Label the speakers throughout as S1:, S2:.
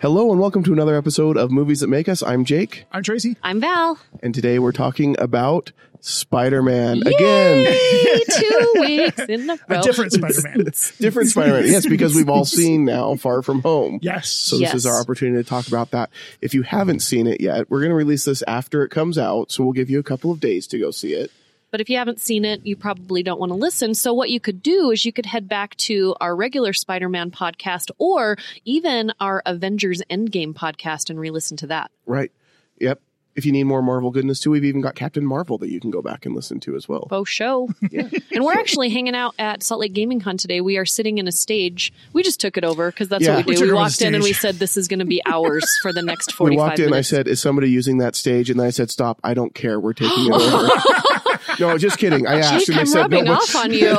S1: Hello and welcome to another episode of Movies That Make Us. I'm Jake,
S2: I'm Tracy.
S3: I'm Val.
S1: and today we're talking about Spider-Man again.
S3: Yay! Two weeks in a row.
S2: A different Spider-Man.
S1: Different Spider-Man, yes, because we've all seen now Far From Home.
S2: yes.
S1: So this is
S3: Yes.
S1: our opportunity to talk about that. If you haven't seen it yet, we're going to release this after it comes out, so we'll give you a couple of days to go see it.
S3: But if you haven't seen it, you probably don't want to listen. So what you could do is you could head back to our regular Spider-Man podcast or even our Avengers Endgame podcast and re-listen to that.
S1: Right? Yep. If you need more Marvel goodness too, we've even got Captain Marvel that you can go back and listen to as well.
S3: Bo show. and we're actually hanging out at Salt Lake Gaming Con today. We are sitting in a stage. We just took it over because that's
S1: Yeah.
S3: what
S1: We
S3: we do.
S2: took
S3: We,
S2: over the
S3: walked in and we
S2: stage.
S3: said this is going to be ours for the next 45
S1: We walked in.
S3: minutes.
S1: I said, "Is somebody using that stage?" And then I said, "Stop! I don't care. We're taking it over." no, just kidding. I asked, and
S3: Jake,
S1: they
S3: I'm
S1: said, "No."
S3: rubbing
S1: but-
S3: off on you.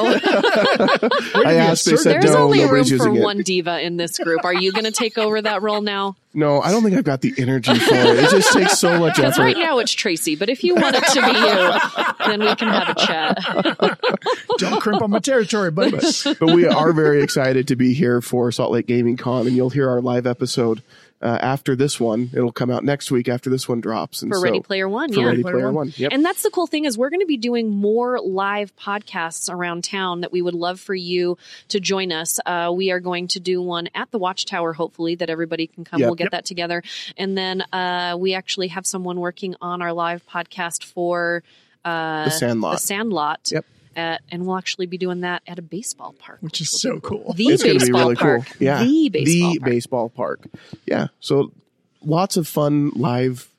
S1: I asked. They said,
S3: There's
S1: "No,
S3: only room
S1: nobody's
S3: for
S1: using it."
S3: one diva in this group. Are you going to take over that role now?
S1: No, I don't think I've got the energy for it. It just takes so much
S3: Because
S1: effort.
S3: right now it's Tracy, but if you want it to be you, then we can have a chat.
S2: Don't crimp on my territory, buddy.
S1: but we are very excited to be here for Salt Lake Gaming Con, and you'll hear our live episode uh, after this one. It'll come out next week after this one drops. And
S3: For
S1: so,
S3: Ready Player One,
S1: for
S3: yeah.
S1: Ready
S2: Player
S1: Player
S2: One.
S1: One. Yep.
S3: And that's the cool thing is we're going to be doing more live podcasts around town that we would love for you to join us. Uh, we are going to do one at the Watchtower, hopefully that everybody can come.
S1: Yep.
S3: We'll get that together, and then uh, we actually have someone working on our live podcast for uh,
S1: The Sandlot.
S3: The Sandlot.
S1: Yep.
S3: At, and we'll actually be doing that at a baseball park,
S2: Which is so cool.
S3: the
S1: it's going to be
S3: baseball
S1: really
S3: park.
S1: cool. Yeah.
S3: The baseball
S1: The
S3: park.
S1: baseball park. Yeah. So lots of fun live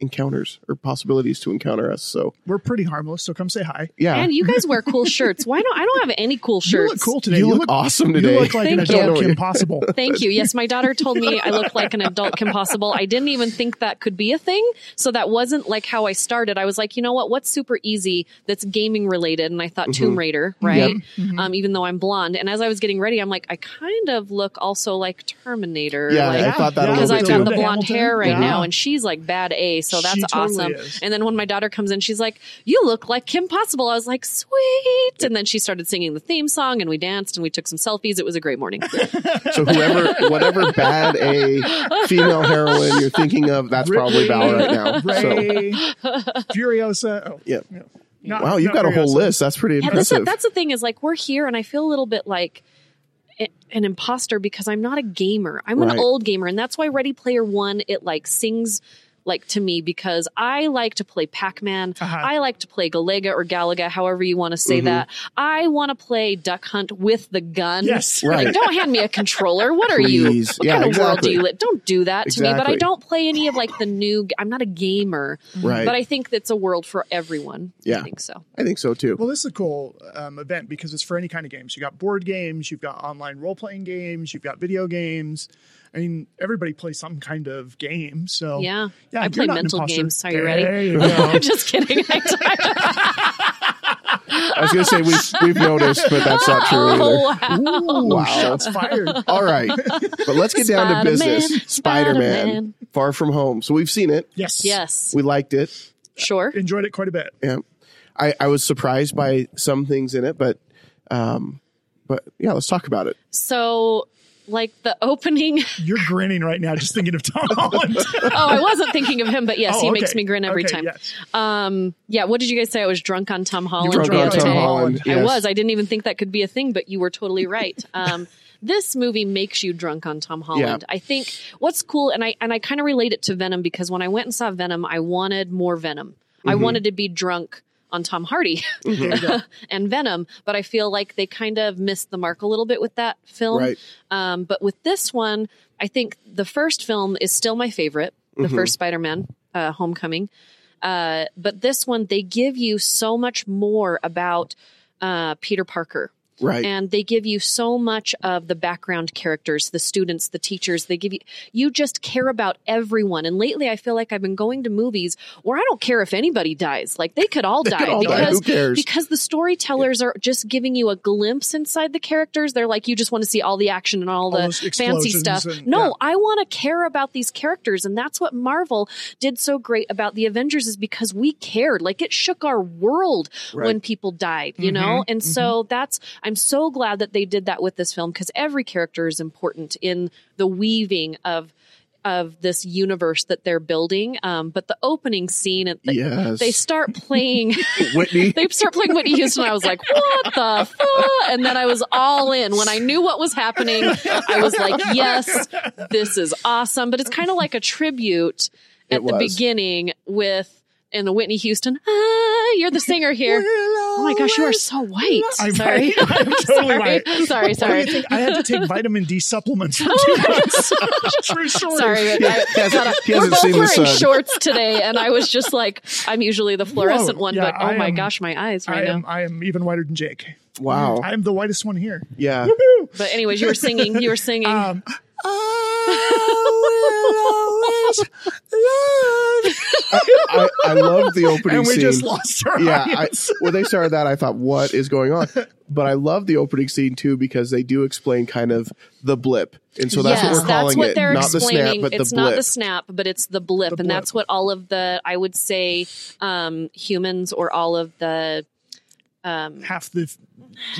S1: encounters or possibilities to encounter us. So
S2: We're pretty harmless, so come say hi.
S1: yeah,
S3: And you guys wear cool shirts. Why don't I don't have any cool
S2: You
S3: shirts?
S2: look cool today.
S1: You look awesome today.
S2: You look like an
S3: Thank
S2: adult
S1: you.
S2: Kim Possible.
S3: Thank you. Yes, my daughter told me I look like an adult Kim Possible. I didn't even think that could be a thing. So that wasn't like how I started. I was like, you know what? What's super easy that's gaming related? And I thought
S1: Mm-hmm.
S3: Tomb Raider, right? Um, even though I'm blonde. And as I was getting ready, I'm like, I kind of look also like Terminator.
S1: Yeah,
S3: like,
S1: I thought that a
S3: because
S1: little
S3: I've
S1: bit
S3: got
S1: too.
S3: the blonde
S2: Hamilton.
S3: hair right
S2: Yeah.
S3: now, and she's like bad A, so
S2: She
S3: that's
S2: totally
S3: awesome.
S2: is.
S3: And then when my daughter comes in, she's like, "You look like Kim Possible." I was like, "Sweet!" And then she started singing the theme song, and we danced, and we took some selfies. It was a great morning.
S1: So whoever, whatever bad A female heroine you're thinking of, that's probably
S2: Ripley,
S1: Val right now. So
S2: Ray, Furiosa. Oh,
S1: yeah.
S2: not-
S1: Wow, you've
S2: not
S1: got a whole
S2: Furiosa.
S1: list. That's pretty
S3: Yeah, that's the,
S1: impressive.
S3: that's the thing is like we're here, and I feel a little bit like i- an imposter because I'm not a gamer. I'm
S1: Right.
S3: an old gamer, and that's why Ready Player One it like sings like to me because I like to play Pac Man.
S2: Uh-huh.
S3: I like to play Galaga or Galaga, however you want to
S1: Mm-hmm.
S3: say that. I want to play Duck Hunt with the gun.
S2: Yes.
S1: Right.
S3: Like, don't hand me a controller. What are you?
S1: Please.
S3: What
S1: Yeah,
S3: kind of world do
S1: exactly.
S3: you live? Don't do that to me. But I
S1: Exactly.
S3: don't play any of like the new. g- I'm not a gamer.
S1: Right.
S3: But I think that's a world for everyone.
S1: Yeah.
S3: I think so.
S1: I think so too.
S2: Well, this is a cool um, event because it's for any kind of games. You got board games, you've got online role playing games, you've got video games. I mean, everybody plays some kind of game. So
S3: Yeah. I
S2: you're
S3: play
S2: not an
S3: mental
S2: imposter.
S3: games. Are you ready?
S2: There you go.
S3: I'm just kidding. I don't-
S1: I was going to say we've, we've noticed, but that's not true either.
S3: oh, wow.
S2: Ooh,
S1: Wow.
S2: shots fired.
S1: All right. But let's get down to
S3: Spider-Man,
S1: business. Spider Man,
S3: Spider-Man.
S1: Far From Home. So we've seen it.
S2: Yes.
S3: Yes.
S1: We liked it.
S3: Sure.
S2: Enjoyed it quite a bit.
S1: Yeah. I, I was surprised by some things in it, but, um, but yeah, let's talk about it.
S3: So, like the opening.
S2: You're grinning right now just thinking of Tom Holland.
S3: Oh, I wasn't thinking of him, but yes,
S2: Oh,
S3: he
S2: okay.
S3: makes me grin every
S2: Okay,
S3: time.
S2: yes.
S3: Um, yeah. What did you guys say? I was drunk on Tom Holland.
S2: were
S3: the
S2: drunk
S3: other
S2: on Tom
S3: day?
S2: Holland,
S3: I
S1: yes.
S3: was. I didn't even think that could be a thing, but you were totally right. Um, this movie makes you drunk on Tom Holland. I think what's cool, and I and I kind of relate it to Venom because when I went and saw Venom, I wanted more Venom. I wanted to be drunk on Tom Hardy and Venom, but I feel like they kind of missed the mark a little bit with that film.
S1: Right.
S3: Um, but with this one, I think the first film is still my favorite, the first Spider Man, uh, Homecoming. Uh, but this one, they give you so much more about uh, Peter Parker.
S1: Right.
S3: And they give you so much of the background characters, the students, the teachers. They give you, you just care about everyone. And lately, I feel like I've been going to movies where I don't care if anybody dies. Like they could all die
S1: could all die.
S3: because
S1: Who cares?
S3: because the storytellers are just giving you a glimpse inside the characters. They're like, you just want to see all the action and all,
S2: All
S3: the
S2: those
S3: fancy
S2: explosions
S3: stuff.
S2: and-
S3: no,
S2: yeah.
S3: I want to care about these characters. And that's what Marvel did so great about the Avengers is because we cared. Like it shook our world
S1: Right.
S3: when people died, you
S1: Mm-hmm.
S3: know? And so that's, I'm so glad that they did that with this film because every character is important in the weaving of of this universe that they're building. Um, but the opening scene, and they,
S1: Yes.
S3: they start playing.
S1: Whitney.
S3: They start playing Whitney Houston. I was like, what the fuck? And then I was all in. When I knew what was happening, I was like, yes, this is awesome. But it's kind of like a tribute
S1: It
S3: at the
S1: was.
S3: beginning with, in the Whitney Houston, ah, you're the singer here. Oh my gosh, you are so white.
S2: I'm
S3: sorry.
S2: right. I'm totally
S3: sorry.
S2: right. Why
S3: Sorry,
S2: do you
S3: sorry.
S2: think I had to take vitamin D supplements for two months? True story.
S3: Sorry, but I,
S1: He hasn't-
S3: gotta-
S1: he
S3: we're
S1: hasn't
S3: both
S1: seen the
S3: wearing
S1: sun.
S3: shorts today, and I was just like, I'm usually the fluorescent
S2: Whoa,
S3: one,
S2: yeah,
S3: but oh
S2: I
S3: my
S2: am-
S3: gosh, my eyes
S2: I
S3: right now.
S2: am, I am even whiter than Jake.
S1: Wow.
S2: I am the whitest one here.
S1: Yeah.
S3: But anyways, you were singing. You were singing.
S2: Um, I will always love-
S1: I, I love the opening
S2: and we
S1: scene.
S2: just lost our
S1: yeah, I,
S2: audience.
S1: when they started that, I thought, "What is going on?" But I love the opening scene too because they do explain kind of the blip, and so that's what
S3: yes,
S1: we're calling
S3: that's what
S1: it,
S3: they're
S1: not the snap,
S3: explaining.
S1: but
S3: it's
S1: the
S3: not
S1: blip.
S3: the snap, but it's the blip,
S2: The
S3: and that's what all of the I would say um, humans or all of the um,
S2: half the f-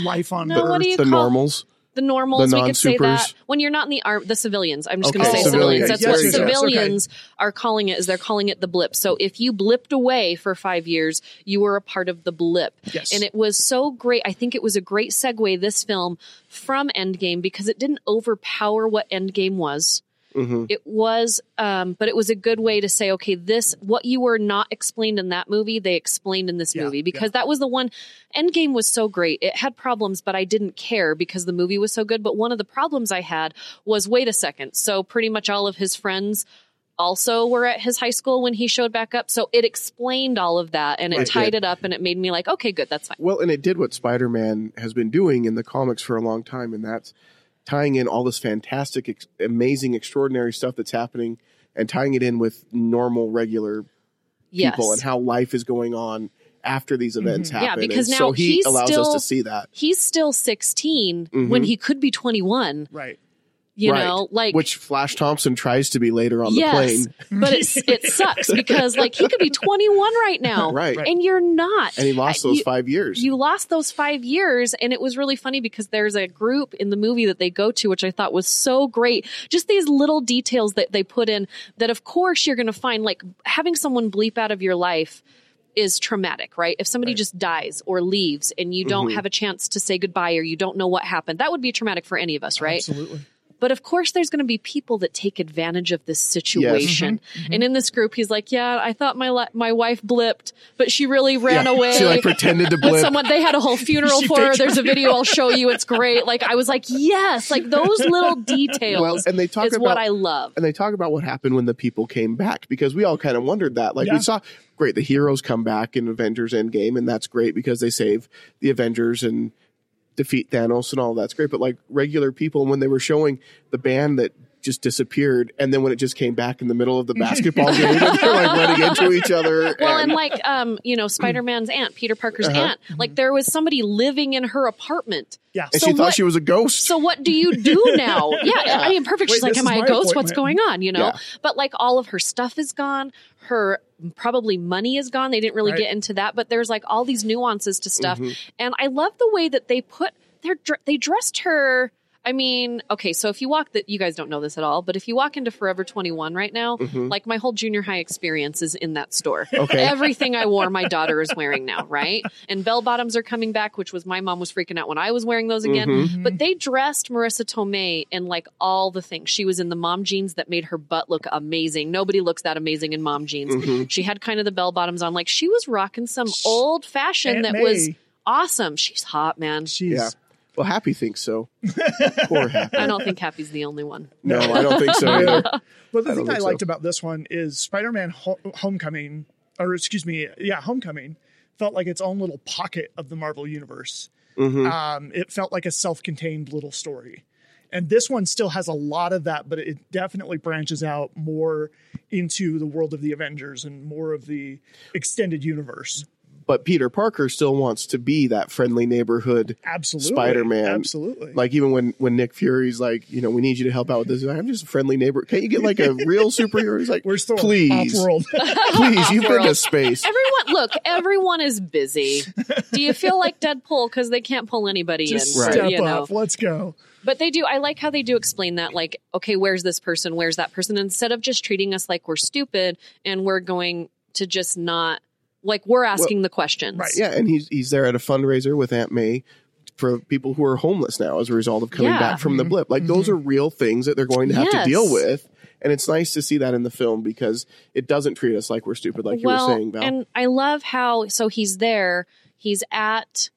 S2: life on
S3: No, e-
S2: earth.
S3: what do you
S1: the
S3: call-
S1: normals.
S3: the normals. we could say that
S1: non-supers.
S3: when you're not in the arm, the civilians. I'm just
S1: Okay,
S3: going to say
S1: civilians.
S3: civilians. That's
S1: Yes,
S3: what
S1: yes, yes, okay.
S3: civilians are calling it. Is they're calling it the blip. So if you blipped away for five years, you were a part of the blip.
S2: Yes.
S3: And it was so great. I think it was a great segue this film from Endgame because it didn't overpower what Endgame was.
S1: Mhm.
S3: It was, um, but it was a good way to say, okay, this what you were not explained in that movie, they explained in this
S2: Yeah,
S3: movie because that was the one. Endgame was so great; it had problems, but I didn't care because the movie was so good. But one of the problems I had was, wait a second, so pretty much all of his friends also were at his high school when he showed back up, so it explained all of that and it
S1: It
S3: tied
S1: did.
S3: it up and it made me like, okay, good, that's fine.
S1: Well, and it did what Spider Man has been doing in the comics for a long time, and that's tying in all this fantastic, ex- amazing, extraordinary stuff that's happening, and tying it in with normal, regular
S3: Yes, Mm-hmm.
S1: people and how life is going on after these events
S3: Yeah,
S1: happen.
S3: because
S1: and
S3: now
S1: so he
S3: he's
S1: allows us
S3: still-
S1: to see that.
S3: he's still 16
S1: Mhm.
S3: when he could be twenty one.
S2: right.
S3: You
S1: Right.
S3: know, like
S1: which Flash Thompson tries to be later on the plane.
S3: But it's, it sucks because like he could be 21 right now.
S1: Right.
S3: And you're not.
S1: And he lost
S3: I-
S1: those
S3: you-
S1: five years.
S3: You lost those five years, and it was really funny because there's a group in the movie that they go to, which I thought was so great. Just these little details that they put in that, of course, you're going to find like having someone bleep out of your life is traumatic, right? If somebody just dies or leaves and you
S1: Mm-hmm.
S3: don't have a chance to say goodbye or you don't know what happened, that would be traumatic for any of us, right?
S2: Absolutely.
S3: But of course, there's going to be people that take advantage of this situation.
S1: Mm-hmm.
S3: And in this group, he's like, "Yeah, I thought my li- my wife blipped, but she really ran
S1: Yeah.
S3: away."
S1: She like pretended to
S3: with
S1: blip.
S3: someone they had a whole funeral
S2: She
S3: for her
S2: faked
S3: there's a video i'll show you it's great like i was like yes like those little details
S1: Well, and they talk
S3: is what
S1: about-
S3: i love
S1: and they talk about what happened when the people came back because we all kind of wondered that. Like
S2: Yeah.
S1: we saw, great, the heroes come back in Avengers Endgame, and that's great because they save the Avengers and defeat Thanos and all that's great. But like regular people, and when they were showing the band that just disappeared, and then when it just came back in the middle of the basketball game, they're like running into each other.
S3: well and like um you know spider-man's aunt peter parker's
S1: Uh-huh.
S3: aunt
S1: Mm-hmm.
S3: like there was somebody living in her apartment
S2: Yeah.
S1: and
S3: so
S1: she thought
S3: what-
S1: she was a ghost.
S3: so what do you do now? yeah, I mean, perfect.
S2: Wait,
S3: She's like,
S2: this
S3: am
S2: is
S3: I a
S2: my
S3: ghost? What's
S2: appointment.
S3: going on? You know,
S1: Yeah.
S3: but like all of her stuff is gone. Her probably money is gone. They didn't really
S2: Right. Mm-hmm.
S3: get into that, but there's like all these nuances to stuff. And I love the way that they put their dr- they dressed her. I mean, okay, so if you walk that you guys don't know this at all, but if you walk into Forever 21 right now,
S2: Mm-hmm.
S3: like my whole junior high experience is in that store.
S1: Okay.
S3: Everything I wore, my daughter is wearing now, right? And bell bottoms are coming back, which was my mom was freaking out when I was wearing those again.
S2: Mm-hmm.
S3: But they dressed Marissa Tomei in like all the things. She was in the mom jeans that made her butt look amazing. Nobody looks that amazing in mom jeans.
S2: Mm-hmm.
S3: She had kind of the bell bottoms on. Like she was rocking some old fashioned
S2: Aunt
S3: that
S2: May.
S3: was awesome. She's hot, man.
S2: She's
S1: yeah. Well, Happy thinks so. Poor Happy.
S3: I don't think Happy's the only one.
S1: No, I don't think so either.
S2: But the
S1: I don't
S2: thing I
S1: think so.
S2: liked about this one is Spider-Man Ho- Homecoming, or excuse me, yeah, Homecoming felt like its own little pocket of the Marvel universe.
S1: Mm-hmm.
S2: Um, it felt like a self-contained little story. And this one still has a lot of that, but it definitely branches out more into the world of the Avengers and more of the extended universe.
S1: But Peter Parker still wants to be that friendly neighborhood
S2: Absolutely.
S1: Spider-Man.
S2: Absolutely.
S1: Like even when when Nick Fury's like, you know, we need you to help out with this. He's like, I'm just a friendly neighbor. Can't you get like a real superhero? He's like,
S2: Where's Thor?
S1: please,
S2: Off-world.
S1: please, you've been to space.
S3: Everyone, look, everyone is busy. Do you feel like Deadpool because they can't pull anybody
S2: Just
S3: in?
S1: Right.
S2: step
S3: you know?
S2: up. Let's go.
S3: But they do. I like how they do explain that. Like, okay, where's this person? Where's that person? Instead of just treating us like we're stupid and we're going to just not like we're asking the questions.
S2: Right.
S1: Yeah, and he's he's there at a fundraiser with Aunt May for people who are homeless now as a result of coming
S3: Yeah.
S1: back from the blip. Like those are real things that they're going to have
S3: Yes.
S1: to deal with. And it's nice to see that in the film because it doesn't treat us like we're stupid, like you
S3: well,
S1: were saying, Val.
S3: and I love how so he's there. He's at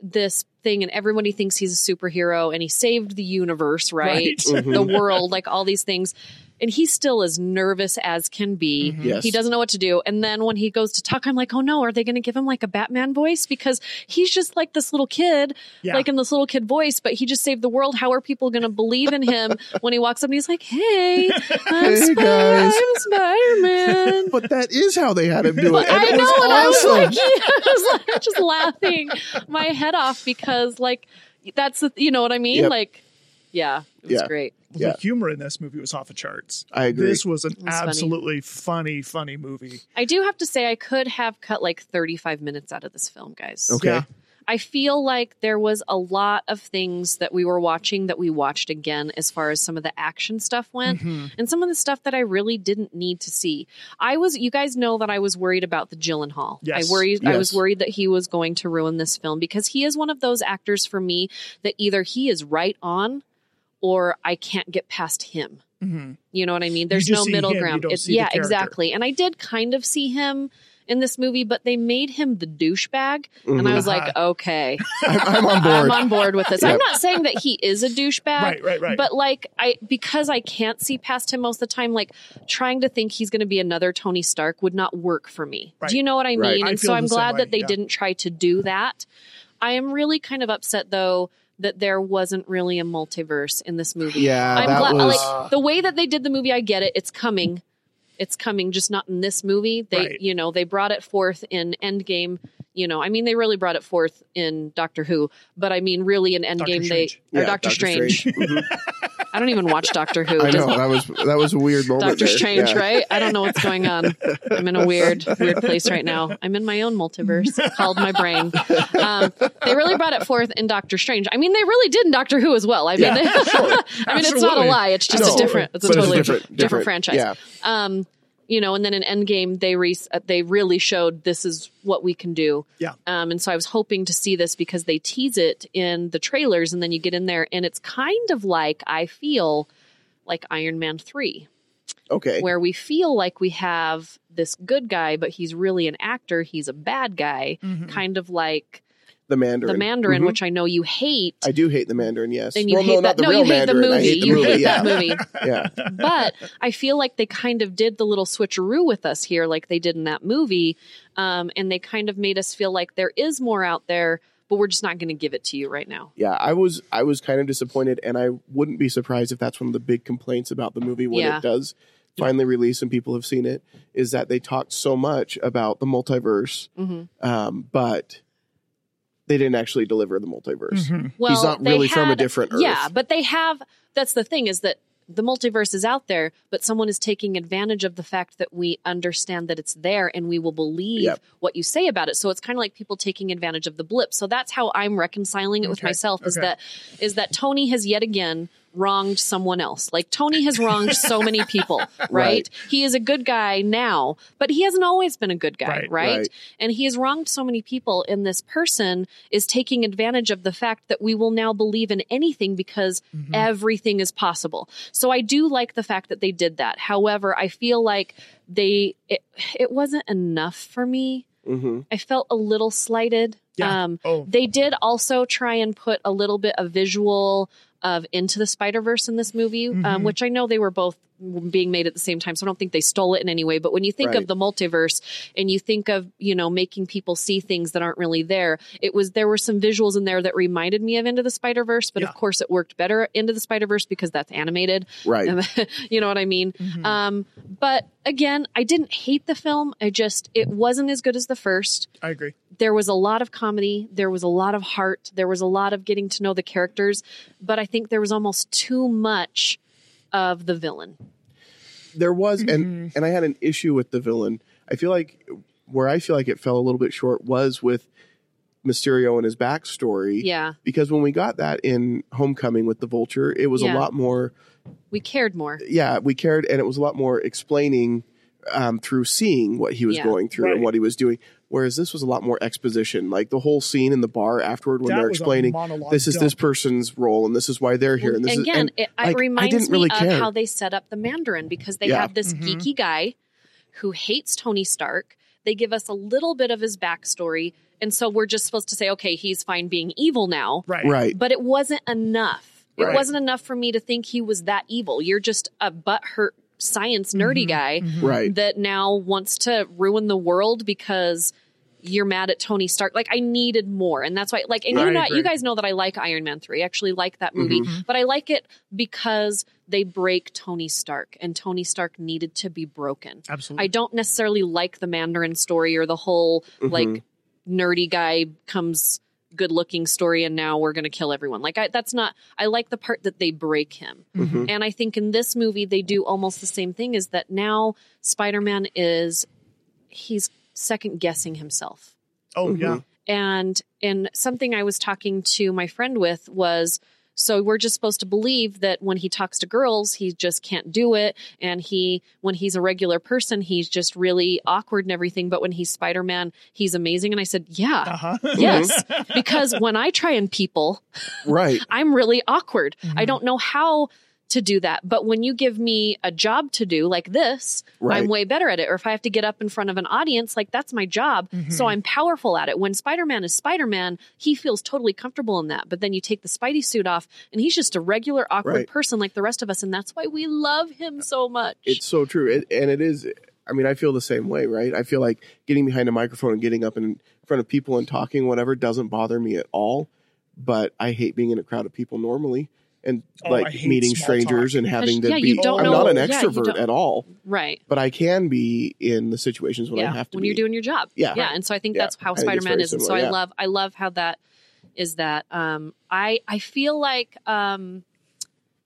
S3: this thing, and everybody thinks he's a superhero, and he saved the universe, right?
S2: Right.
S1: Mm-hmm.
S3: The world, like all these things. And he's still as nervous as can be.
S1: Yes.
S3: He doesn't know what to do. And then when he goes to talk, I'm like, oh no, are they going to give him like a Batman voice? Because he's just like this little kid,
S2: Yeah.
S3: like in this little kid voice, but he just saved the world. How are people going to believe in him when he walks up and he's like, hey, I'm,
S1: Hey,
S3: Sp-
S1: guys.
S3: I'm Spider Man?
S1: but that is how they had him do it.
S3: Well,
S1: And
S3: I
S1: it
S3: know, and I
S1: was
S3: was
S1: awesome.
S3: like, I was like just laughing my head off because, like, that's the, you know what I mean?
S1: Yep.
S3: Like, yeah, it was
S1: Yeah.
S3: great.
S1: Yeah.
S2: The humor in this movie was off the charts.
S1: I agree.
S2: This was an
S3: was funny.
S2: absolutely funny. funny, movie.
S3: I do have to say, I could have cut like 35 minutes out of this film, guys.
S1: Okay.
S2: Yeah.
S3: I feel like there was a lot of things that we were watching that we watched again as far as some of the action stuff went and some of the stuff that I really didn't need to see. I was you guys know that I was worried about the Gyllenhaal.
S2: Yes.
S3: I worried I was
S1: Yes.
S3: worried that he was going to ruin this film because he is one of those actors for me that either he is right on or I can't get past him.
S2: Mhm.
S3: You know what Mm-hmm. I mean? There's
S2: just
S3: no
S2: see
S3: middle
S2: him, you
S3: ground.
S2: don't
S3: It's-
S2: see the
S3: yeah,
S2: character.
S3: exactly. And I did kind of see him in this movie, but they made him the douchebag, and I was like, okay,
S1: I'm, I'm on board.
S3: I'm on board with this. I'm not saying that he is a douchebag,
S2: Right, right, right.
S3: But like, I because I can't see past him most of the time. Like, trying to think he's going to be another Tony Stark would not work for me.
S2: Right.
S3: Do you know what I mean?
S1: Right.
S3: And
S2: I
S3: so
S2: feel
S3: I'm
S2: the same
S3: glad
S2: way,
S3: that they
S2: yeah.
S3: didn't try to do that. I am really kind of upset though that there wasn't really a multiverse in this movie.
S1: Yeah,
S3: I'm
S1: that
S3: glad
S1: was-
S3: like the way that they did the movie. I get it; it's coming, it's coming, just not in this movie. They,
S2: Right.
S3: you know, they brought it forth in Endgame. You know, I mean, they really brought it forth in Doctor Who, but I mean, really in Endgame, they
S2: Strange.
S3: or
S1: Yeah,
S3: Doctor, Strange.
S1: Mhm.
S3: I don't even watch Doctor Who.
S1: I
S3: Does-
S1: know that was that was a weird moment.
S3: Doctor
S1: there.
S3: Strange,
S1: Yeah.
S3: right? I don't know what's going on. I'm in a weird, weird place right now. I'm in my own multiverse called my brain. Um, they really brought it forth in Doctor Strange. I mean, they really did in Doctor Who as well. I mean,
S2: Yeah,
S3: they, I mean, it's not a
S2: Absolutely.
S3: lie. It's just
S1: No,
S3: a different. It's a
S1: but
S3: totally different,
S1: different,
S3: franchise.
S1: Yeah,
S3: Um, you know, and then in Endgame, they re- uh, they really showed this is what we can do.
S2: Yeah.
S3: Um, and so I was hoping to see this because they tease it in the trailers, and then you get in there, and it's kind of like I feel like Iron Man three
S1: okay.
S3: where we feel like we have this good guy, but he's really an actor. He's a bad guy,
S2: Mhm.
S3: kind of like
S1: the Mm-hmm. Mandarin.
S3: the Mandarin,
S1: Mhm.
S3: which I know you hate.
S1: I do hate the Mandarin. Yes.
S3: and you
S1: well,
S3: hate
S1: no,
S3: that.
S1: not the
S3: no,
S1: real
S3: you hate
S1: Mandarin.
S3: the movie.
S1: I hate the
S3: you
S1: movie.
S3: hate
S1: yeah.
S3: that movie.
S1: yeah.
S3: But I feel like they kind of did the little switcheroo with us here, like they did in that movie, um, and they kind of made us feel like there is more out there, but we're just not going to give it to you right now.
S1: yeah i was i was kind of disappointed and i wouldn't be surprised if that's one of the big complaints about the movie when
S3: Yeah.
S1: it does finally release and people have seen it is that they talked so much about the multiverse
S3: Mhm.
S1: um, but they didn't actually deliver the multiverse
S3: Well,
S1: not
S3: they
S1: really from a
S3: had-
S1: different
S3: Yeah,
S1: Earth.
S3: but they have. That's the thing is that the multiverse is out there, but someone is taking advantage of the fact that we understand that it's there and we will believe
S1: Yep.
S3: what you say about it. So it's kind of like people taking advantage of the blip. So that's how I'm reconciling it with
S2: Okay,
S3: myself is
S2: okay.
S3: that is that Tony has yet again wronged someone else. Like Tony has wronged so many people, right?
S1: Right.
S3: He is a good guy now, but he hasn't always been a good guy,
S2: Right,
S3: right?
S1: right.
S3: And he has wronged so many people, and this person is taking advantage of the fact that we will now believe in anything because everything is possible. So I do like the fact that they did that. However, I feel like they it, it wasn't enough for me.
S1: hmm
S3: I felt a little slighted.
S2: Yeah.
S3: Um,
S2: Oh.
S3: they did also try and put a little bit of visual of into the Spider Verse in this movie, um, which I know they were both being made at the same time. So I don't think they stole it in any way. But when you think
S1: Right.
S3: of the multiverse and you think of, you know, making people see things that aren't really there, it was there were some visuals in there that reminded me of Into the Spider Verse, but
S2: Yeah.
S3: of course it worked better Into the Spider Verse because that's animated.
S1: Right.
S3: you know what I mean? Um, but again, I didn't hate the film. I just it wasn't as good as the first
S2: I agree.
S3: there was a lot of comedy, there was a lot of heart, there was a lot of getting to know the characters, but I think there was almost too much of the villain.
S1: there was and and I had an issue with the villain. I feel like where I feel like it fell a little bit short was with Mysterio and his backstory.
S3: Yeah,
S1: Because when we got that in Homecoming with the Vulture, it was
S3: Yeah.
S1: a lot more
S3: we cared more.
S1: yeah, we cared and it was a lot more explaining um, through seeing what he was
S3: Yeah.
S1: going through
S2: Right.
S1: and what he was doing. Whereas this was a lot more exposition. Like the whole scene in the bar afterward when
S2: That
S1: they're
S2: was a
S1: explaining
S2: monologue
S1: this is
S2: dump.
S1: this person's role and this is why they're here and this
S3: Again,
S1: is
S3: it, it
S1: like, I
S3: reminds
S1: didn't
S3: me
S1: really
S3: of
S1: care.
S3: how they set up the Mandarin because they
S1: Yeah.
S3: have this
S2: Mhm.
S3: geeky guy who hates Tony Stark. They give us a little bit of his backstory, and so we're just supposed to say, okay, he's fine being evil now.
S2: Right.
S1: and, right.
S3: but it wasn't enough. It
S1: Right.
S3: wasn't enough for me to think he was that evil. You're just a butthurt science nerdy guy
S1: Right.
S3: that now wants to ruin the world because you're mad at Tony Stark. Like I needed more, and that's why. Like, and
S2: I
S3: you know,
S2: agree.
S3: you guys know that I like Iron Man three. I actually like that movie,
S1: Mm-hmm.
S3: but I like it because they break Tony Stark, and Tony Stark needed to be broken.
S2: Absolutely.
S3: I don't necessarily like the Mandarin story or the whole like nerdy guy comes good looking story and now we're going to kill everyone. Like I that's not I like the part that they break him.
S1: Mhm.
S3: And I think in this movie they do almost the same thing is that now Spider-Man is he's second guessing himself.
S2: oh yeah.
S3: Mm-hmm. And and something I was talking to my friend with was so we're just supposed to believe that when he talks to girls, he just can't do it and he when he's a regular person, he's just really awkward and everything, but when he's Spider-Man, he's amazing and I said, "Yeah."
S2: Uh huh.
S1: Mm-hmm.
S3: Yes, because when I try and people,
S1: Right.
S3: I'm really awkward. I don't know how to do that. But when you give me a job to do like this,
S1: Right.
S3: I'm way better at it. Or if I have to get up in front of an audience, like that's my job.
S1: Mm-hmm.
S3: So I'm powerful at it. When Spider Man is Spider Man, he feels totally comfortable in that. But then you take the Spidey suit off and he's just a regular, awkward
S1: Right.
S3: person like the rest of us. And that's why we love him so much.
S1: It's so true. It, and it is, I mean, I feel the same way, right? I feel like getting behind a microphone and getting up in front of people and talking, whatever, doesn't bother me at all. But I hate being in a crowd of people normally and
S2: Oh, I
S1: like
S2: hate
S1: meeting
S2: small
S1: strangers
S2: talk.
S1: and having to
S3: Yeah,
S1: be.
S3: you don't
S1: I'm
S2: know-
S1: not an
S3: yeah, you
S1: extrovert
S3: don't-
S1: at all,
S3: right.
S1: but I can be in the situations when
S3: yeah,
S1: I have to
S3: when
S1: be.
S3: you're doing your job.
S1: Yeah.
S3: yeah. And so I think
S1: Yeah.
S3: that's how
S1: I think it's
S3: Spider Man
S1: very
S3: is. And so
S1: similar,
S3: I
S1: yeah.
S3: love, I love how that is that. Um, I I feel like um,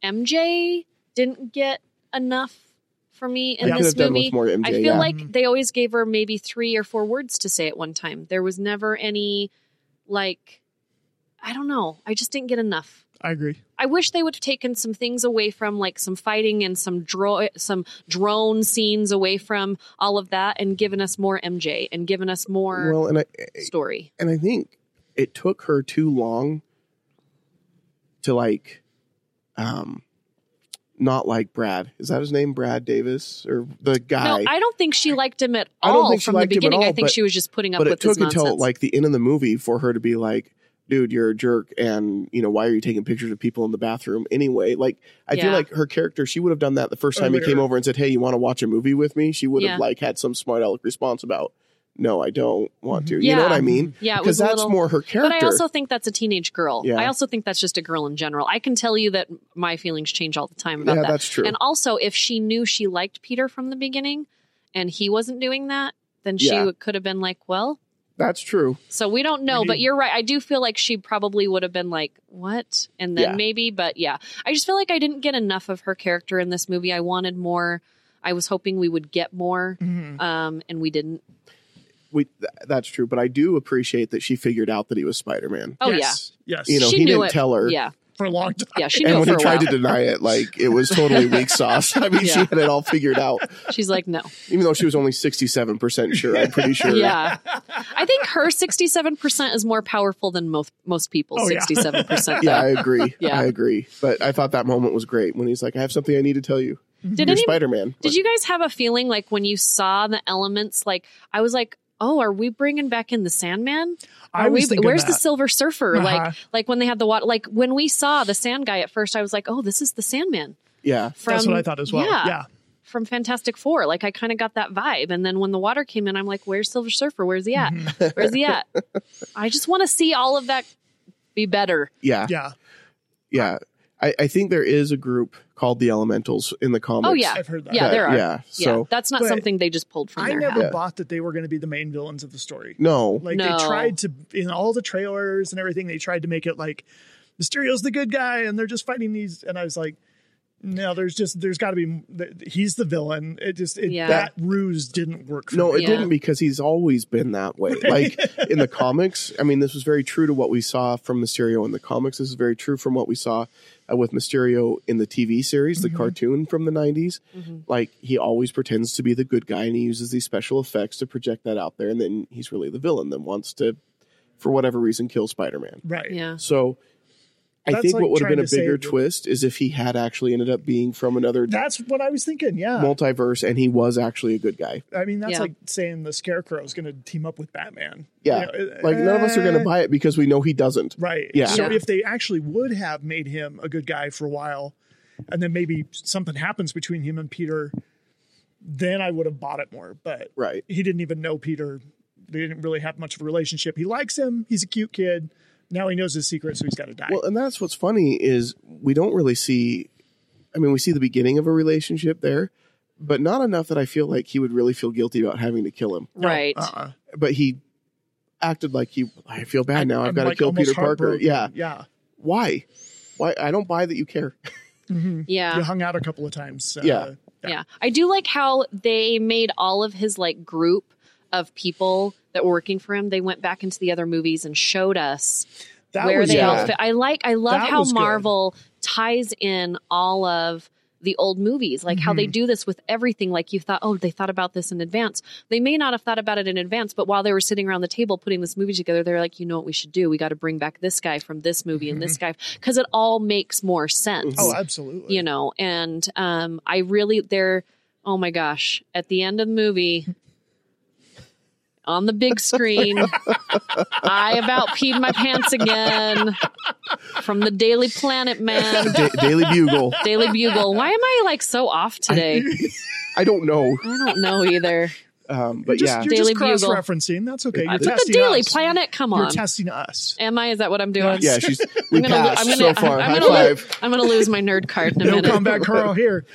S3: MJ didn't get enough for me in
S1: I could
S3: this
S1: have done
S3: movie.
S1: with more MJ.
S3: I feel
S1: yeah.
S3: like they always gave her maybe three or four words to say at one time. There was never any like, I don't know. I just didn't get enough.
S2: I agree.
S3: I wish they would have taken some things away from like some fighting and some dro- some drone scenes away from all of that and given us more MJ and given us more
S1: well, and I,
S3: story.
S1: and I think it took her too long to like, um, not like Brad. Is that his name, Brad Davis, or the guy?
S3: no, I don't think she liked him at
S1: I don't
S3: all
S1: think she
S3: from the
S1: liked him at
S3: beginning. I
S1: all,
S3: think
S1: but-
S3: she was just putting up
S1: but
S3: with
S1: it took
S3: this nonsense.
S1: until like the end of the movie for her to be like, "Dude, you're a jerk," and you know why are you taking pictures of people in the bathroom anyway? Like, I feel
S3: Yeah.
S1: like her character, she would have done that the first time he
S2: Earlier.
S1: came over and said, "Hey, you want to watch a movie with me?" She would
S3: Yeah.
S1: have like had some smart aleck response about, "No, I don't want to." You
S3: Mm-hmm. Yeah.
S1: know what I mean?
S3: yeah, it
S1: Because
S3: was a
S1: that's
S3: little.
S1: more her
S3: but
S1: character.
S3: I also think that's a teenage girl.
S1: Yeah.
S3: I also think that's just a girl in general. I can tell you that my feelings change all the time
S1: yeah,
S3: about that.
S1: that's true.
S3: And also, if she knew she liked Peter from the beginning, and he wasn't doing that, then she
S1: Yeah.
S3: would could have been like, "Well,
S1: that's true.
S3: So we don't know,
S2: We
S3: but
S2: need-
S3: you're right. I do feel like she probably would have been like, "What?" and then
S1: Yeah.
S3: maybe, but yeah. I just feel like I didn't get enough of her character in this movie. I wanted more. I was hoping we would get more,
S1: Mm-hmm.
S2: Mhm.
S3: um, and we didn't.
S1: We th- that's true. But I do appreciate that she figured out that he was Spider Man.
S3: Oh
S2: yes. yeah. Yes.
S3: yeah,
S1: You know,
S3: she
S1: he
S3: knew
S1: didn't
S3: it.
S1: tell her.
S3: Yeah,
S2: For a long time.
S3: yeah, she knew
S1: and
S3: it
S1: when
S3: for
S1: he
S3: a
S1: tried
S3: while.
S1: to deny it, like it was totally weak sauce. I mean, she
S3: Yeah.
S1: had it all figured out.
S3: She's like, "No."
S1: even though she was only 67% sure i'm pretty sure
S3: Yeah, I think her sixty-seven percent is more powerful than most most people.
S2: Oh, yeah.
S3: Sixty-seven percent.
S1: yeah i agree
S3: Yeah.
S1: i agree but i thought that moment was great when he's like i have something i need to tell you
S3: Did
S1: you're
S3: any,
S1: spider-man
S3: Did you guys have a feeling like when you saw the elements? Like I was like, "Oh, are we bringing back in the Sandman?
S2: I
S3: Are we,
S2: was thinking
S3: where's the
S2: that.
S3: Silver Surfer?
S2: Uh-huh.
S3: Like, like when they had the water. Like when we saw the Sand guy at first, I was like, "Oh, this is the Sandman."
S1: Yeah.
S3: From,
S2: That's what I thought as well.
S3: Yeah.
S2: yeah.
S3: From Fantastic Four. Like I kind of got that vibe. And then when the water came in, I'm like, where's Silver Surfer? Where's he at?
S2: Mm-hmm.
S3: Where's he at? I just want to see all of that be better.
S1: Yeah.
S2: Yeah.
S1: Yeah. I, I think there is a group called the Elementals in the comics.
S3: Oh yeah.
S2: I've heard that.
S3: Yeah,
S1: That-
S3: there are. Yeah.
S1: Yeah. So
S3: That's not
S2: But
S3: something they just pulled from
S2: I
S3: their
S2: never
S3: hat.
S2: bought that they were going to be the main villains of the story.
S1: no.
S2: Like
S3: No.
S2: they tried to in all the trailers and everything, they tried to make it like Mysterio's the good guy and they're just fighting these. And I was like, no, there's just there's got to be th- he's the villain. It just it,
S3: Yeah.
S2: that ruse didn't work. For
S1: No,
S2: me.
S1: it
S3: Yeah.
S1: didn't because he's always been that way. Like in the comics, I mean, this was very true to what we saw from Mysterio in the comics. This is very true from what we saw uh, with Mysterio in the TV series,
S2: Mm-hmm.
S1: the cartoon from the 90s.
S3: Mm-hmm.
S1: Like he always pretends to be the good guy and he uses these special effects to project that out there. And then he's really the villain that wants to, for whatever reason, kill Spider Man.
S2: right.
S3: Yeah.
S1: So I
S2: That's
S1: think
S2: like
S1: what would have
S2: trying
S1: been a
S2: to say
S1: bigger
S2: that-
S1: twist is if he had actually ended up being from another
S2: That's what I was thinking. Yeah.
S1: multiverse and he was actually a good guy.
S2: I mean, that's
S3: Yeah.
S2: like saying the Scarecrow is going to team up with Batman.
S1: Yeah.
S2: You know,
S1: Like none of us are going
S2: eh,
S1: to buy it because we know he doesn't.
S2: Right.
S1: Yeah.
S2: So
S3: Yeah.
S2: if they actually would have made him a good guy for a while, and then maybe something happens between him and Peter, then I would have bought it more. But
S1: Right.
S2: he didn't even know Peter. They didn't really have much of a relationship. He likes him. He's a cute kid. Now he knows his secret, so he's got to die.
S1: Well, and that's what's funny is we don't really see. I mean, we see the beginning of a relationship there, but not enough that I feel like he would really feel guilty about having to kill him.
S2: No,
S3: Right.
S2: uh-uh.
S1: But he acted like he. I feel bad now. I've
S2: I'm,
S1: got to
S2: like,
S1: kill
S2: almost
S1: Peter Parker.
S2: heartbroken.
S1: Yeah.
S2: Yeah.
S1: Why? Why? I don't buy that you care.
S2: hmm
S3: yeah.
S2: You hung out a couple of times. uh,
S1: Yeah.
S3: yeah. I do like how they made all of his like group of people that were working for him. They went back into the other movies and showed us
S2: That
S3: where
S2: was
S3: they
S1: yeah.
S3: all fit. I like I love
S2: That
S3: how
S2: was good.
S3: Marvel ties in all of the old movies, like how
S2: Mm-hmm.
S3: they do this with everything. Like you thought, oh, they thought about this in advance. They may not have thought about it in advance, but while they were sitting around the table putting this movie together, they're like, you know what we should do? We got to bring back this guy from this movie and this guy because it all makes more sense
S2: Mm-hmm. Oh, absolutely.
S3: you know and um i really they're oh my gosh at the end of the movie on the big screen i about peed my pants again from the daily planet man
S1: Da- Daily Bugle.
S3: daily bugle why am i like so off today
S1: I don't know,
S3: i, don't know either
S1: um, but
S2: just,
S1: yeah,
S2: You're
S3: Daily
S2: just
S3: Bugle.
S2: cross-referencing. That's okay. You're
S3: but the
S2: testing
S3: daily
S2: us.
S3: planet come on
S2: You're testing us.
S3: am i is that what i'm doing
S1: yeah. She's we
S3: I'm gonna, lo-
S1: passed
S3: I'm,
S1: so
S3: gonna,
S1: far.
S3: I'm,
S1: High
S3: gonna lo-
S1: five.
S3: I'm gonna lose my nerd card in a
S2: No
S3: minute
S2: comeback curl here.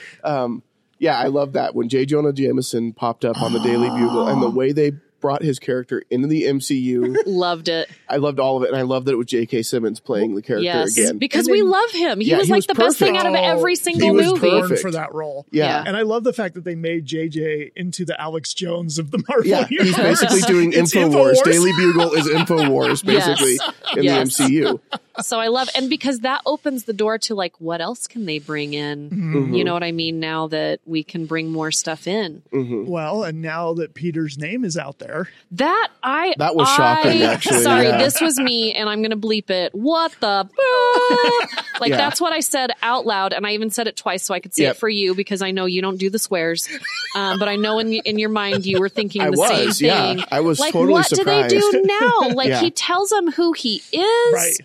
S1: yeah, I love that when J. Jonah Jameson popped up on the Daily Bugle and the way they brought his character into the MCU.
S3: loved it
S1: I loved all of it, and I love that it was J.K. Simmons playing the character
S3: yes
S1: again.
S3: because
S2: And
S3: we
S2: then-
S3: love him he
S1: Yeah,
S3: was
S1: he
S3: like
S1: was
S3: the best thing out of
S2: perfect.
S3: every single
S1: Oh, was
S3: movie
S1: perfect.
S2: Born for that role.
S1: yeah,
S2: And I love the fact that they made JJ into the Alex Jones of the Marvel
S1: yeah, he's
S2: universe.
S1: basically doing
S2: It's
S1: Infowars.
S2: Infowars.
S1: Daily Bugle is Infowars,
S3: Yes.
S1: basically in
S3: Yes.
S1: the MCU.
S3: So I love, and because that opens the door to like, what else can they bring in?
S1: Mm-hmm.
S3: You know what I mean? Now that we can bring more stuff in,
S2: Well, and now that Peter's name is out there,
S3: that I
S1: That was shocking,
S3: I-
S1: actually,
S3: Sorry,
S1: yeah.
S3: this was me, and I'm gonna bleep it. What the? fuck? like
S1: Yeah.
S3: that's what I said out loud, and I even said it twice so I could say
S1: Yep.
S3: it for you because I know you don't do the swears, um, but I know in in your mind you were thinking
S1: I
S3: the
S1: was,
S3: same
S1: yeah.
S3: thing.
S1: I was
S3: like,
S1: totally
S3: what do they do
S1: surprised.
S3: now? Like
S1: Yeah.
S3: he tells them who he is.
S2: right?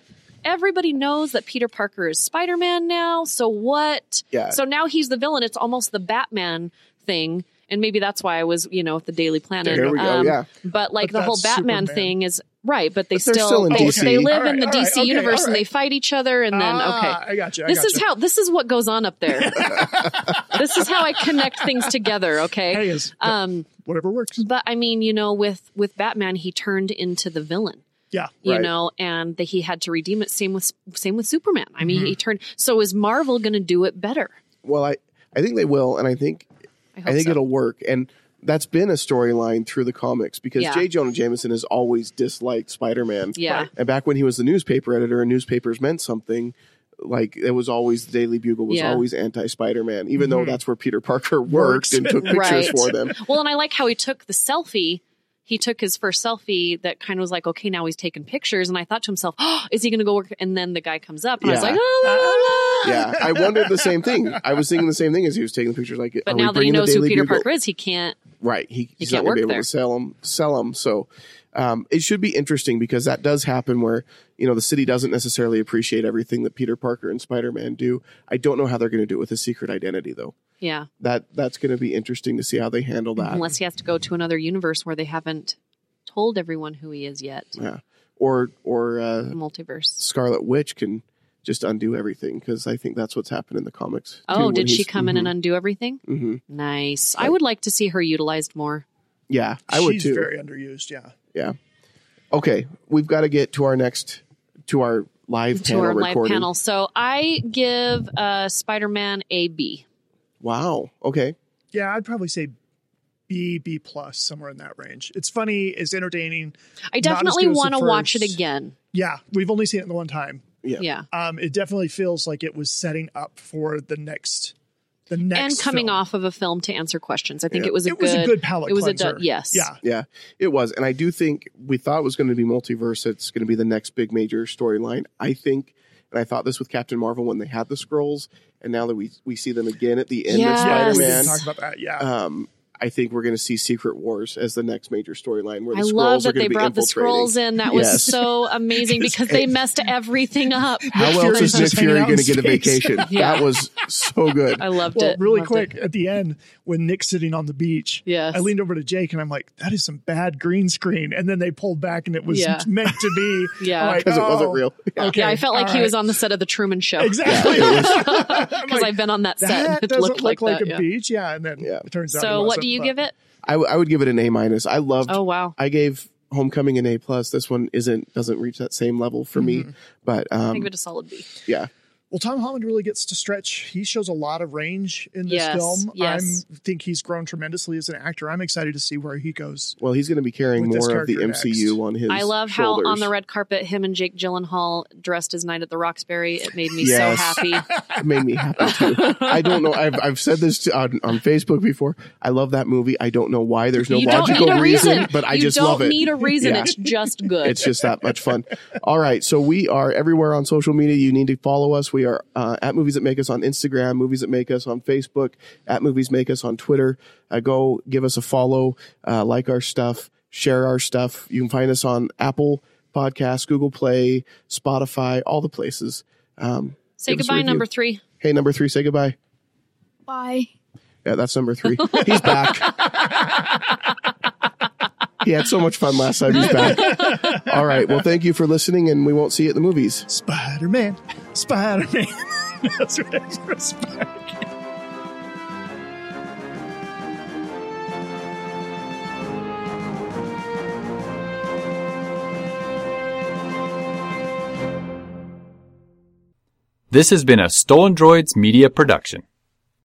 S3: everybody knows that Peter Parker is Spider Man now. So what?
S1: Yeah.
S3: So now he's the villain. It's almost the Batman thing. And maybe that's why I was, you know, with the Daily Planet. Um,
S1: There we go, yeah.
S3: But like
S2: But
S3: the whole
S2: that's
S3: Batman
S2: Superman.
S3: thing is right, but they
S1: they're
S3: still,
S1: still in
S3: they,
S1: DC.
S3: they live
S2: All
S3: in the
S2: right, all
S3: DC
S2: right, okay,
S3: universe
S2: all
S3: and they
S2: right.
S3: fight each other and then
S2: Ah,
S3: okay.
S2: I got you. I
S3: This
S2: got
S3: is
S2: you.
S3: how this is what goes on up there. this is how I connect things together, okay?
S2: Hey, is-
S3: um
S2: whatever works.
S3: but I mean, you know, with with Batman he turned into the villain
S2: Yeah,
S3: you
S1: Right.
S3: know, and that he had to redeem it. Same with same with Superman. I mean,
S1: Mm-hmm.
S3: he turned. So is Marvel going to do it better?
S1: Well, I I think they will, and I think
S3: I hope
S1: I, think
S3: so.
S1: it'll work. And that's been a storyline through the comics because
S3: Yeah.
S1: J. Jonah Jameson has always disliked Spider-Man.
S3: Yeah. Right.
S1: and back when he was the newspaper editor, and newspapers meant something. Like it was always the Daily Bugle was
S3: Yeah. Mm-hmm.
S1: always anti-Spider-Man, even though that's where Peter Parker worked
S2: Works.
S1: and took pictures
S3: Right.
S1: for them.
S3: Well, and I like how he took the selfie. He took his first selfie that kind of was like, okay, now he's taking pictures. And I thought to himself, oh, is he going to go work? And then the guy comes up and I was
S1: Yeah.
S3: like, oh, la, la, la.
S1: yeah, I wondered the same thing. I was thinking the same thing as he was taking the pictures. Like,
S3: But
S1: are we
S3: now that he
S1: bringing the
S3: knows who
S1: Daily
S3: Peter
S1: Bugle?
S3: Parker is, he can't
S1: Right. He, he's not going
S3: can't
S1: to
S3: work
S1: be able
S3: there.
S1: to sell them. Sell them. So um, it should be interesting because that does happen where you know the city doesn't necessarily appreciate everything that Peter Parker and Spider Man do. I don't know how they're going to do it with his secret identity though.
S3: Yeah.
S1: That that's going to be interesting to see how they handle that.
S3: Unless he has to go to another universe where they haven't told everyone who he is yet.
S1: yeah. Or or uh,
S3: The multiverse.
S1: Scarlet Witch can just undo everything because I think that's what's happened in the comics.
S3: Oh, did she come
S1: Mhm. mm-hmm.
S3: in and undo everything?
S1: hmm
S3: Nice. I would like to see her utilized more.
S1: Yeah, I would
S2: She's
S1: too.
S2: very underused. Yeah.
S1: okay, we've got to get to our next to our live
S3: to
S1: panel
S3: our live
S1: recording.
S3: panel. So I give uh, Spider Man a B.
S1: Wow. Okay.
S2: Yeah, I'd probably say B, B plus, somewhere in that range. It's funny, it's entertaining. Not
S3: I
S2: as
S3: definitely
S2: good as the
S3: want to watch it
S2: first.
S3: again.
S2: Yeah, we've only seen it the one time.
S1: Yeah.
S3: Yeah.
S2: Um, it definitely feels like it was setting up for the next, the next,
S3: And coming
S2: film.
S3: off of a film to answer questions. I think
S1: Yeah.
S3: it was a
S2: It
S3: good.
S2: was a good palate.
S3: it was a
S2: cleanser.
S3: dud- yes. Uh,
S2: Yeah.
S1: Yeah, it was. And I do think we thought it was going to be multiverse. It's going to be the next big major storyline. I think, and I thought this with Captain Marvel when they had the scrolls, and now that we, we see them again at the end
S3: Yes.
S1: of Spider
S2: We
S1: Man,
S2: didn't talk about that.
S3: Uh,
S2: Yeah.
S1: um, I think we're going to see Secret Wars as the next major storyline where the
S3: I
S1: scrolls
S3: love
S1: are
S3: that
S1: going
S3: they
S1: to be
S3: brought the
S1: infiltrating.
S3: scrolls in. That was
S1: Yes.
S3: so amazing because they messed everything up.
S1: How
S2: Nick
S1: else
S2: Fury's
S1: is Nick
S2: just hanging
S1: Fury
S2: out in
S1: going to get a
S2: space.
S1: vacation?
S3: Yeah.
S1: That was so good.
S3: I loved
S2: well,
S3: it.
S2: really
S3: Loved
S2: quick
S3: it.
S2: at the end when Nick's sitting on the beach.
S3: Yes.
S2: I leaned over to Jake and I'm like, "That is some bad green screen." And then they pulled back and it was
S3: Yeah.
S2: meant to be.
S3: Yeah.
S2: I'm like,
S1: Because it wasn't
S2: "Oh,
S1: real.
S2: Okay,
S3: yeah, I felt like
S2: all
S3: he was
S2: right."
S3: on the set of the Truman Show because
S2: exactly
S3: I've been on that set. and
S2: that
S3: it
S2: doesn't
S3: looked
S2: look like,
S3: like, that.
S2: a
S3: yeah.
S2: beach. Yeah, and then
S1: Yeah.
S2: it turns out.
S3: So, what do you give it?
S1: I, w- I would give it an A minus. I loved.
S3: Oh wow,
S1: I gave Homecoming an A plus. This one isn't doesn't reach that same level for
S2: Mm-hmm.
S1: me. But
S3: I
S1: um,
S3: give it a solid B.
S1: yeah,
S2: Well, Tom Holland really gets to stretch. He shows a lot of range in this
S3: Yes,
S2: film.
S3: yes.
S2: I think he's grown tremendously as an actor. I'm excited to see where he goes.
S1: well, he's going to be carrying
S2: With this
S1: more of the
S2: character
S1: MCU
S2: next.
S1: on his.
S3: I love
S1: shoulders.
S3: how on the red carpet, him and Jake Gyllenhaal dressed as Night at the Roxbury. It made me
S1: Yes.
S3: so happy.
S1: It made me happy too. I don't know. I've I've said this to, on, on Facebook before. I love that movie. I don't know why. There's no
S3: you don't
S1: logical
S3: need a reason,
S1: but I
S3: you
S1: just
S3: don't
S1: love it.
S3: need a reason.
S1: Yeah.
S3: It's just good.
S1: it's just that much fun. All right, so we are everywhere on social media. You need to follow us. We are uh, at Movies That Make Us on Instagram, Movies That Make Us on Facebook, at Movies Make Us on Twitter. Uh, go give us a follow, uh, like our stuff, share our stuff. You can find us on Apple Podcasts, Google Play, Spotify, all the places. Um,
S3: Say
S1: give us a
S3: goodbye,
S1: review.
S3: number three.
S1: Hey, number three, say goodbye.
S4: Bye.
S1: Yeah, that's number three. He's back. he had so much fun last time. He's back. All right. Well, thank you for listening, and we won't see you at the movies.
S2: Spider Man, Spider Man. That's right, Spider Man.
S5: This has been a Stolen Droids Media Production.